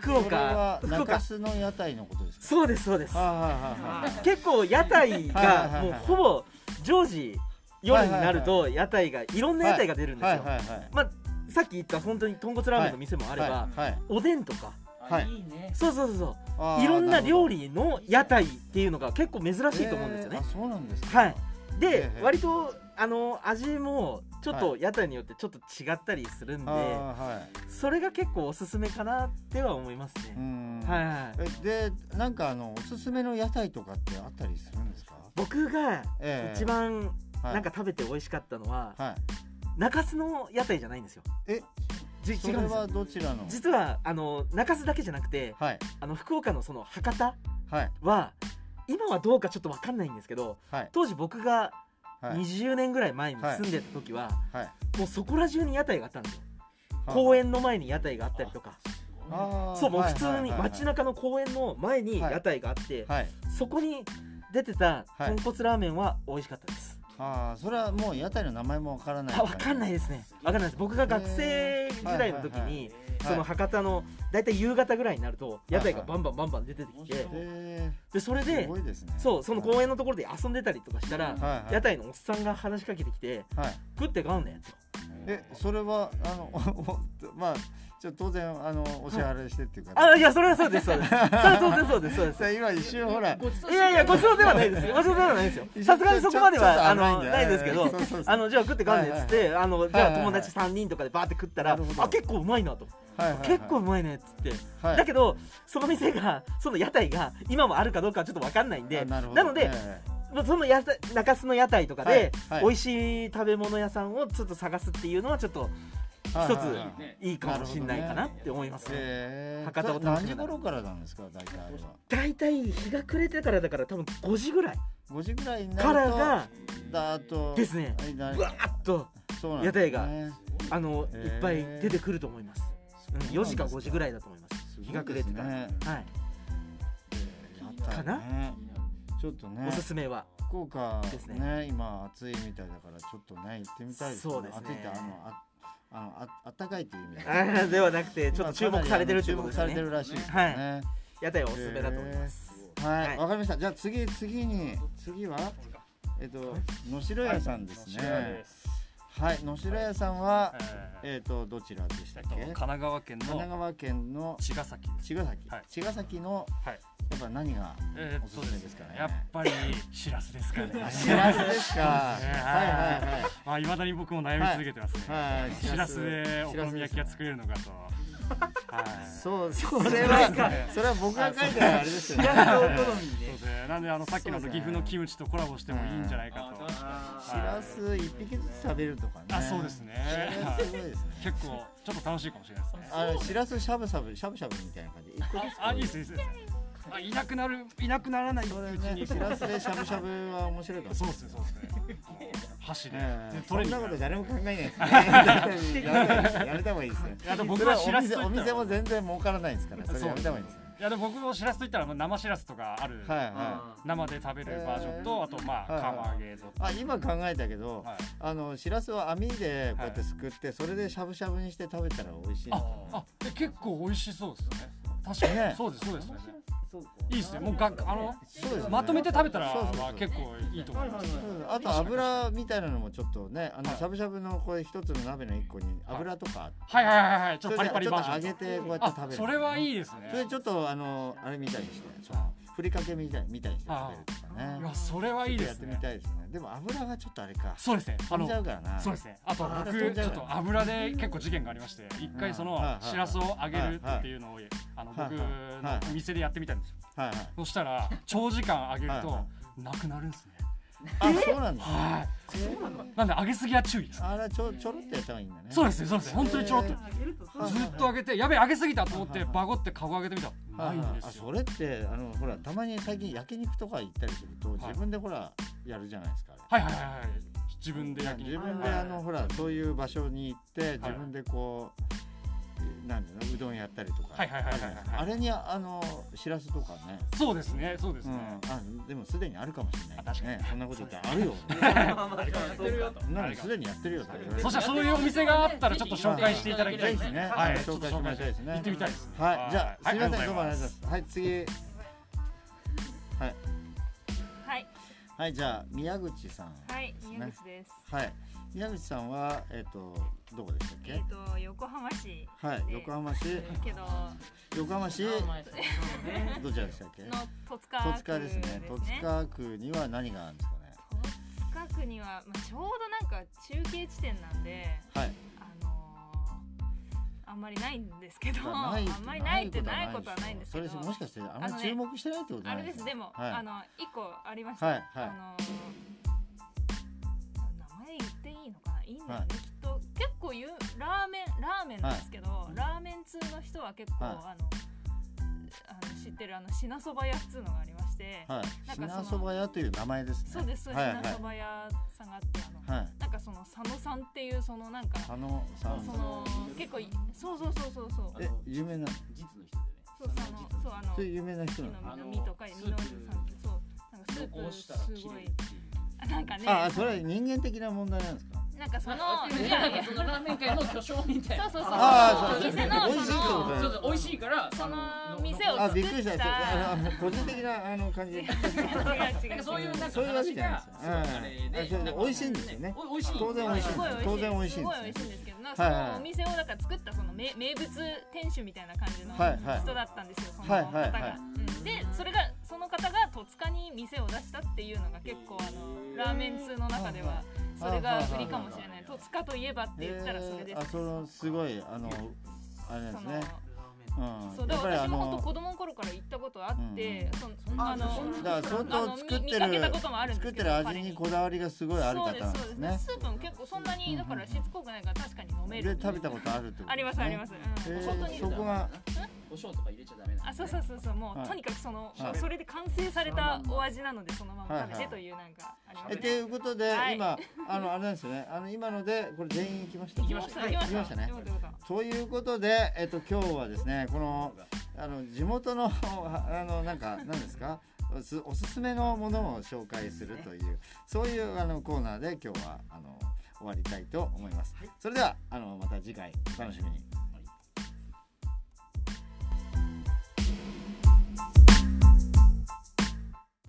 [SPEAKER 6] 福
[SPEAKER 1] それ
[SPEAKER 6] 岡福
[SPEAKER 1] は中
[SPEAKER 6] 岡
[SPEAKER 1] 洲の屋台のことです
[SPEAKER 6] そうですそうです
[SPEAKER 1] かはいはいはいはい
[SPEAKER 5] あ
[SPEAKER 6] 結構屋台
[SPEAKER 1] はい
[SPEAKER 6] が
[SPEAKER 1] はいはい
[SPEAKER 6] もう
[SPEAKER 1] はい
[SPEAKER 6] ほぼ常時夜になると屋台がいろんな屋台が出るんです
[SPEAKER 1] はい
[SPEAKER 6] よ
[SPEAKER 1] はいはい
[SPEAKER 6] さっき言った本当に豚骨ラーメンの店もあれば、
[SPEAKER 1] はいはい
[SPEAKER 6] おでんとか
[SPEAKER 1] はい
[SPEAKER 4] いいね
[SPEAKER 6] そうそうそうそ
[SPEAKER 1] あ
[SPEAKER 6] う
[SPEAKER 1] ー
[SPEAKER 6] いろんな料
[SPEAKER 1] る
[SPEAKER 6] 理の屋台っていうのが結構珍し
[SPEAKER 1] ほど
[SPEAKER 6] いと思うんですよね
[SPEAKER 1] えー、あそうなんですか
[SPEAKER 6] はいで
[SPEAKER 1] ええ
[SPEAKER 6] 割とあの味もちょっ
[SPEAKER 1] は
[SPEAKER 6] と屋台によってちょっと違ったりするんで、
[SPEAKER 1] あーはい
[SPEAKER 6] それが結構おすすめかなっては思います
[SPEAKER 1] うん
[SPEAKER 6] ね、はいはい
[SPEAKER 1] えでなんかあのおすすめの屋台とかってあったりするんですか
[SPEAKER 6] 僕が
[SPEAKER 1] ええ
[SPEAKER 6] 一番
[SPEAKER 1] はい
[SPEAKER 6] なんか食べて美味しかったのは、
[SPEAKER 1] はい
[SPEAKER 6] 中洲の屋台じゃないんですよ
[SPEAKER 1] え
[SPEAKER 6] じ
[SPEAKER 1] そ
[SPEAKER 6] 違
[SPEAKER 1] れ
[SPEAKER 6] うんです
[SPEAKER 1] は
[SPEAKER 6] よ
[SPEAKER 1] どちらの
[SPEAKER 6] 実はあの中洲だけじゃなくて
[SPEAKER 1] はい
[SPEAKER 6] あの福岡のその博多
[SPEAKER 1] はい
[SPEAKER 6] は今はどうかちょっと分かんないんですけど
[SPEAKER 1] はい
[SPEAKER 6] 当時僕が
[SPEAKER 1] はい
[SPEAKER 6] 20年ぐらい前に住んでた時は、
[SPEAKER 1] はい
[SPEAKER 6] もうそこら中に屋台があったんですよ公園の前に屋台があったりとか
[SPEAKER 1] あー
[SPEAKER 6] そうもう
[SPEAKER 1] はい
[SPEAKER 6] 普通に
[SPEAKER 1] はいはい
[SPEAKER 6] 街中の公園の前に屋台があって、
[SPEAKER 1] はい
[SPEAKER 6] そこに出てた
[SPEAKER 1] はい
[SPEAKER 6] 豚骨ラーメンは美味しかったです、
[SPEAKER 1] ああそれはもう屋台の名前もわからない
[SPEAKER 6] あ分かんないですね分かんないです僕が学生時代の時
[SPEAKER 1] へーはいはい
[SPEAKER 6] に
[SPEAKER 1] はい
[SPEAKER 6] その博多の大体夕方ぐらいになると屋台がバンバンバンバン出てきて
[SPEAKER 1] へ
[SPEAKER 6] でそれ
[SPEAKER 1] ーす
[SPEAKER 6] で
[SPEAKER 1] ごいですね
[SPEAKER 6] そうその公園のところで遊んでたりとかしたら
[SPEAKER 1] はいはい
[SPEAKER 6] 屋台のおっさんが話しかけてきて
[SPEAKER 1] はい
[SPEAKER 6] 「食ってかんねん」と
[SPEAKER 1] えそれはあの おおまあちょっと当然あのお支払いしてっていうか、
[SPEAKER 6] 「あいやそれはそうですそうですそれは当然そうですそうです
[SPEAKER 1] さあ今一瞬ほら
[SPEAKER 4] ごちそう
[SPEAKER 6] いやいやごちそうではないです よごちそうではないですよさすがにそこまではあのないですけどあのじゃあ食ってかんねっつって、あのじゃあ友達3人とかでバーって食ったら、
[SPEAKER 1] なるほど
[SPEAKER 6] あ結構うまいなと、結構うまいねっつって、
[SPEAKER 1] 構
[SPEAKER 6] だけどその店がその屋台が今もあるかどうかはちょっと分かんないんでなので、まあそのやさ中洲の屋台とかで、
[SPEAKER 1] はいはい
[SPEAKER 6] 美味しい食べ物屋さんをちょっと探すっていうのはちょっと一ついいかもしれないかなって思います、ね
[SPEAKER 1] え
[SPEAKER 6] 博多を楽しむ
[SPEAKER 1] 何時頃からなんですか大体あれは
[SPEAKER 6] 大体日が暮れてからだから多分5時ぐらい
[SPEAKER 1] 5時ぐらいになると
[SPEAKER 6] からが
[SPEAKER 1] だーっと
[SPEAKER 6] ですね
[SPEAKER 1] はいな
[SPEAKER 6] うわーっと
[SPEAKER 1] そうなん
[SPEAKER 6] 屋
[SPEAKER 1] ですね
[SPEAKER 6] 台があの
[SPEAKER 1] へ
[SPEAKER 6] い
[SPEAKER 1] ー
[SPEAKER 6] っぱい出てくると思います、うん、4時か5時ぐらいだと思います
[SPEAKER 1] すごいですね
[SPEAKER 6] 日が暮れてから、はい
[SPEAKER 1] 屋台
[SPEAKER 6] かな
[SPEAKER 1] ねちょっとね
[SPEAKER 6] おすすめは
[SPEAKER 1] 福岡
[SPEAKER 6] です
[SPEAKER 1] ね
[SPEAKER 6] ね
[SPEAKER 1] 今暑いみたいだからちょっとね行ってみたいですね
[SPEAKER 6] そうですね
[SPEAKER 1] 暑いってあのああのああったかいっていう意味
[SPEAKER 6] あーではなくてちょっと注目されてるってこと
[SPEAKER 1] 今かなりあの注目され
[SPEAKER 6] です
[SPEAKER 1] て
[SPEAKER 6] ね
[SPEAKER 1] るらしいですね
[SPEAKER 6] はい屋台はおすすめだと思います、
[SPEAKER 1] はい
[SPEAKER 6] はい
[SPEAKER 1] わかりましたじゃあ次次に次はえっと野城屋さんですね、はい野城屋さんは、
[SPEAKER 3] えーえ
[SPEAKER 1] えっとどちらでしたっ
[SPEAKER 3] っと
[SPEAKER 1] け
[SPEAKER 3] 神
[SPEAKER 1] 神
[SPEAKER 3] 奈川県の
[SPEAKER 1] 奈川県の
[SPEAKER 3] 茅ヶ崎です
[SPEAKER 1] 茅ヶ崎、
[SPEAKER 3] はい
[SPEAKER 1] 茅ヶ崎の、
[SPEAKER 3] はい
[SPEAKER 1] やっぱ何が
[SPEAKER 3] えーっと
[SPEAKER 1] おすすめですかね
[SPEAKER 3] やっぱりしらすですかね
[SPEAKER 1] しらすですかはい
[SPEAKER 3] ね
[SPEAKER 1] はいはい
[SPEAKER 3] まあ、いまだに僕も悩み続けてますね、
[SPEAKER 1] はい、
[SPEAKER 3] しらすでお好み焼きが作
[SPEAKER 1] る。
[SPEAKER 3] れるのかと、はい、そう
[SPEAKER 1] そう、それは、それは僕が書いたらあれですよね。
[SPEAKER 3] ですねなんであのさっきのあの
[SPEAKER 1] そうですね
[SPEAKER 3] 岐阜のキムチとコラボしてもいいんじゃないかと、
[SPEAKER 1] しらす一匹ずつ食べるとかね。
[SPEAKER 3] あそうですね
[SPEAKER 1] それはすごいですね。
[SPEAKER 3] 結構ちょっと楽しいかもしれないですね
[SPEAKER 1] あのしらすしゃぶしゃぶしゃぶしゃぶみたいな 感じ。一個ずつ。
[SPEAKER 3] あいいですねいいですねあいなくなるいなくならないうち
[SPEAKER 1] それ
[SPEAKER 3] に
[SPEAKER 1] ね、しらすでしゃぶしゃぶは面白いかも。
[SPEAKER 3] そうですねそうですね箸で、
[SPEAKER 1] うんそ
[SPEAKER 3] 取
[SPEAKER 1] んな
[SPEAKER 3] れる
[SPEAKER 1] こと
[SPEAKER 3] い
[SPEAKER 1] 誰も考えないです ね。やめた方がいいですね。
[SPEAKER 3] やでも
[SPEAKER 1] そ
[SPEAKER 3] 僕
[SPEAKER 1] れ
[SPEAKER 3] は
[SPEAKER 1] は
[SPEAKER 3] し
[SPEAKER 1] お
[SPEAKER 3] らすと
[SPEAKER 1] 店
[SPEAKER 3] 言
[SPEAKER 1] お
[SPEAKER 3] った
[SPEAKER 1] 店
[SPEAKER 3] ら
[SPEAKER 1] も全然儲からないですから、それやめた方がいいですね。
[SPEAKER 3] いやでも僕もしらすといったらもう生しらすとかある、
[SPEAKER 1] はいは
[SPEAKER 4] あ
[SPEAKER 3] 生で食べるバージョンと、
[SPEAKER 1] えー
[SPEAKER 3] あとまあ、
[SPEAKER 1] はいはい
[SPEAKER 3] 釜揚げとか、
[SPEAKER 1] いあ今考えたけど、
[SPEAKER 3] はい
[SPEAKER 1] あのしらすは網でこうやってすくって、それでしゃぶしゃぶにして食べたら美味しい
[SPEAKER 3] あ
[SPEAKER 1] の
[SPEAKER 3] あで結構美味しそうですね確かに、
[SPEAKER 1] ね
[SPEAKER 3] そうですそうですね
[SPEAKER 4] そうか
[SPEAKER 3] いいですねもうがあの
[SPEAKER 1] そうですね
[SPEAKER 3] まとめて食べたら
[SPEAKER 1] そうそうそう
[SPEAKER 3] は結構いいと思います
[SPEAKER 1] そうあと油みたいなのもちょっとねあの
[SPEAKER 3] はい
[SPEAKER 1] しゃぶしゃぶのこれ一つの鍋の一個に油とかあって
[SPEAKER 3] はいはいはいはいちょ
[SPEAKER 1] そ
[SPEAKER 3] っ
[SPEAKER 1] れ
[SPEAKER 3] とパリパ
[SPEAKER 1] でちょ
[SPEAKER 3] リバ
[SPEAKER 1] っと揚
[SPEAKER 3] ージョ
[SPEAKER 1] げて
[SPEAKER 3] ン
[SPEAKER 1] こうやって食べ
[SPEAKER 3] あ
[SPEAKER 1] る
[SPEAKER 3] それはいいです
[SPEAKER 1] それ
[SPEAKER 3] ね
[SPEAKER 1] でちょっとあのあれみたいにしてそのふりかけみたいみたいにして食べるとかね
[SPEAKER 3] いやそれはいい
[SPEAKER 1] ちょっと
[SPEAKER 3] で
[SPEAKER 1] やっ
[SPEAKER 3] す
[SPEAKER 1] てみ
[SPEAKER 3] ね
[SPEAKER 1] たいですねでも油がちょっとあれか
[SPEAKER 3] そうですねあ
[SPEAKER 1] 飛ん
[SPEAKER 3] の
[SPEAKER 1] じゃうからな
[SPEAKER 3] そうですねあと
[SPEAKER 1] あ
[SPEAKER 3] 僕
[SPEAKER 1] 飛ん
[SPEAKER 3] ち
[SPEAKER 1] じゃ
[SPEAKER 3] ょ
[SPEAKER 1] う
[SPEAKER 3] っ
[SPEAKER 1] から
[SPEAKER 3] と油で結構事件がありまして
[SPEAKER 1] う
[SPEAKER 3] 一回
[SPEAKER 1] ん
[SPEAKER 3] そ
[SPEAKER 1] はいは
[SPEAKER 3] の
[SPEAKER 1] い
[SPEAKER 3] しらすを揚げる
[SPEAKER 1] はいはい
[SPEAKER 3] っていうのをあの
[SPEAKER 1] はい
[SPEAKER 3] 僕のお店でやってみたんですよ
[SPEAKER 1] はいはい
[SPEAKER 3] そしたら長時間揚げる
[SPEAKER 1] は
[SPEAKER 3] となくなるんですね
[SPEAKER 1] あそうなんだ
[SPEAKER 3] はい
[SPEAKER 1] そうなんだ
[SPEAKER 3] なんで揚げすぎは注意です
[SPEAKER 1] あらちょちょろっとやった方がいいんだね
[SPEAKER 3] そうですねそうですね本当にちょろっと
[SPEAKER 1] え
[SPEAKER 4] あげるとそう
[SPEAKER 1] はい
[SPEAKER 3] ずっと上げてやべえ上げすぎたと思っ
[SPEAKER 1] はい
[SPEAKER 3] て
[SPEAKER 1] はい
[SPEAKER 3] バゴってカゴ上げてみたら
[SPEAKER 1] は
[SPEAKER 3] ないい
[SPEAKER 1] はい
[SPEAKER 3] んで
[SPEAKER 1] あ
[SPEAKER 3] す
[SPEAKER 1] そ
[SPEAKER 3] よ
[SPEAKER 1] れってあのほらたまに最近焼肉とか行ったりすると
[SPEAKER 3] い
[SPEAKER 1] 自分でほらやるじゃないですかあれ
[SPEAKER 3] はいはいはいはい自分で焼き
[SPEAKER 1] 自
[SPEAKER 3] 肉
[SPEAKER 1] 分で
[SPEAKER 3] はい
[SPEAKER 1] あのほらそういう場所に行って自分でこうなんだろううどんやったりとか
[SPEAKER 3] はいはいはいはいはい
[SPEAKER 1] あれにあのしらすとかね
[SPEAKER 3] そうですねそうです
[SPEAKER 1] うん
[SPEAKER 3] ね
[SPEAKER 1] あでもすでにあるかもしれない
[SPEAKER 3] あ確か
[SPEAKER 1] ねそんなこと言ったらあるよ
[SPEAKER 4] やってるよと
[SPEAKER 1] そんなのすでにやってるよとか言われて
[SPEAKER 3] そしたらそういうお店があったらちょっと紹介していただきた
[SPEAKER 1] ぜ
[SPEAKER 3] いです
[SPEAKER 1] ひ
[SPEAKER 3] ね
[SPEAKER 1] ね
[SPEAKER 3] はい
[SPEAKER 1] あの紹介してもらいたいですね
[SPEAKER 3] 行ってみたいですね
[SPEAKER 1] はいじゃあすみませんどうもありがとうございま
[SPEAKER 3] ます
[SPEAKER 1] すはい次
[SPEAKER 7] はい
[SPEAKER 1] はいじゃあ宮口さん
[SPEAKER 7] はい
[SPEAKER 1] ですね
[SPEAKER 7] 宮口です。
[SPEAKER 1] はい宮口さんはえっとどこでしたっ
[SPEAKER 7] えっ
[SPEAKER 1] け
[SPEAKER 7] と横浜市
[SPEAKER 1] はい横浜市
[SPEAKER 7] けど
[SPEAKER 1] 横浜市
[SPEAKER 4] ね
[SPEAKER 1] どちらでしたっけ
[SPEAKER 7] の戸塚区
[SPEAKER 1] 戸塚ですね戸塚区には何があるんですかね
[SPEAKER 7] 戸塚区にはまあちょうどなんか中継地点なんで、
[SPEAKER 1] はい
[SPEAKER 7] あのーあんまりないんですけど、
[SPEAKER 1] まあ
[SPEAKER 7] あんまりないってないことは
[SPEAKER 1] でしょ
[SPEAKER 7] ないんですけど
[SPEAKER 1] それ。もしかしてあんま
[SPEAKER 7] あ
[SPEAKER 1] り
[SPEAKER 7] のね
[SPEAKER 1] 注目してないってこと
[SPEAKER 7] あ
[SPEAKER 1] ない
[SPEAKER 7] れですでも、
[SPEAKER 1] はい
[SPEAKER 7] あの一個ありました、
[SPEAKER 1] はいはい
[SPEAKER 7] あの名前言っていいのかないいんだよね、
[SPEAKER 1] はい
[SPEAKER 7] きっと結構言うラーメンラーメンなんですけど、ラーメン通の人は結構、
[SPEAKER 1] はい
[SPEAKER 7] あのあの知ってるあの品そば屋っつうのがありまして、
[SPEAKER 1] はい
[SPEAKER 7] なんかそ
[SPEAKER 1] 品
[SPEAKER 7] の
[SPEAKER 1] そば屋という名前ですね
[SPEAKER 7] そうですそうで
[SPEAKER 1] は
[SPEAKER 7] す、
[SPEAKER 1] いはい
[SPEAKER 7] 品そば屋さんがあってあの、
[SPEAKER 1] はい
[SPEAKER 7] なんかその佐野さんっていうそのなんか
[SPEAKER 1] 佐野さ
[SPEAKER 7] そ
[SPEAKER 1] ん
[SPEAKER 7] の結構いそうそうそうそうそう
[SPEAKER 1] え有名なの
[SPEAKER 4] 実の人でね
[SPEAKER 7] そう佐野そうあの
[SPEAKER 1] そういう有名な人
[SPEAKER 7] 木
[SPEAKER 1] なの
[SPEAKER 7] の実の実とか実の実さんってそうなんかスープすごいあなんかね
[SPEAKER 1] ああそれは人間的な問題なんですか
[SPEAKER 7] なんかその、いやいや
[SPEAKER 8] そのラーメン界の巨匠みたいな。
[SPEAKER 7] そうそうそう
[SPEAKER 1] ああ
[SPEAKER 7] そう
[SPEAKER 1] そう
[SPEAKER 7] 店の
[SPEAKER 1] 美味しいってこと
[SPEAKER 7] そ
[SPEAKER 1] だよ
[SPEAKER 7] の
[SPEAKER 1] ね
[SPEAKER 8] ちょっと美味しいから、
[SPEAKER 7] そ
[SPEAKER 8] あ
[SPEAKER 7] の
[SPEAKER 8] の
[SPEAKER 7] 店を
[SPEAKER 1] あびっく
[SPEAKER 7] 作
[SPEAKER 1] りした
[SPEAKER 7] っ
[SPEAKER 1] それあ
[SPEAKER 7] た
[SPEAKER 1] の個人的なあの感 じ
[SPEAKER 7] 違う違う違
[SPEAKER 8] なん
[SPEAKER 7] う
[SPEAKER 8] かそういうなん
[SPEAKER 1] そう
[SPEAKER 8] か
[SPEAKER 1] いうわけ
[SPEAKER 8] 話
[SPEAKER 1] じゃ
[SPEAKER 8] が
[SPEAKER 1] ないですようんあそう美味しいんですよね
[SPEAKER 8] お美味しい。
[SPEAKER 1] 当然美味しい
[SPEAKER 7] すごい美味しい
[SPEAKER 1] 当然美味しい
[SPEAKER 7] すごい美味しいんですけどなんかそのお店をだから作ったその名名物店主みたいな感じの
[SPEAKER 1] はいはい
[SPEAKER 7] 人だったんですよその
[SPEAKER 1] はい
[SPEAKER 7] 方
[SPEAKER 1] はいはい
[SPEAKER 7] が、うんでそれがその方が戸塚に店を出したっていうのが結構あのラーメン通の中ではそれが売りかもしれない戸塚といえばって言ったらそれで
[SPEAKER 1] えーあ
[SPEAKER 7] す
[SPEAKER 1] そのすごいあのあれです
[SPEAKER 7] そ
[SPEAKER 1] ね
[SPEAKER 7] の
[SPEAKER 1] うん
[SPEAKER 7] そうだから私も本当子供の頃から行だから行ったことあって、そのあの
[SPEAKER 1] だから相当
[SPEAKER 7] あのみ
[SPEAKER 1] 作ってる
[SPEAKER 7] 見かけたこともあるんです
[SPEAKER 1] 作
[SPEAKER 7] け
[SPEAKER 1] っ
[SPEAKER 7] ど
[SPEAKER 1] てる味にこだわりがすごいある方
[SPEAKER 7] 彼
[SPEAKER 1] なん
[SPEAKER 7] に
[SPEAKER 1] で
[SPEAKER 7] そ
[SPEAKER 1] す
[SPEAKER 7] うですそう
[SPEAKER 1] ね
[SPEAKER 7] ですスープも結構そんなにだからしつこくないから確かに飲める
[SPEAKER 1] で食べたことあるってことですね
[SPEAKER 7] ありますあります、うん
[SPEAKER 1] えー
[SPEAKER 7] 本当に
[SPEAKER 1] そこが
[SPEAKER 8] お塩とか入れちゃダメな
[SPEAKER 7] あそうそうそうそうもう、
[SPEAKER 1] はい
[SPEAKER 7] とにかくその、
[SPEAKER 1] はい
[SPEAKER 7] それで完成されたお味なのでそのまま食べ
[SPEAKER 1] はいは
[SPEAKER 7] て
[SPEAKER 1] い
[SPEAKER 7] というなんかあります
[SPEAKER 1] え
[SPEAKER 7] ね、
[SPEAKER 1] ということで、
[SPEAKER 7] はい
[SPEAKER 1] 今あのあれなんですよねあの今のでこれ全員行きました
[SPEAKER 8] 行きました
[SPEAKER 7] 行きまし
[SPEAKER 1] 行き
[SPEAKER 7] た
[SPEAKER 1] ましたね
[SPEAKER 7] よかったよかった
[SPEAKER 1] ということで、えっと、今日はですねこのあの地元のあのなんか何ですかおすおすすめのものを紹介するというそういうあのコーナーで今日はあの終わりたいと思います。それではあのまた次回お楽しみに。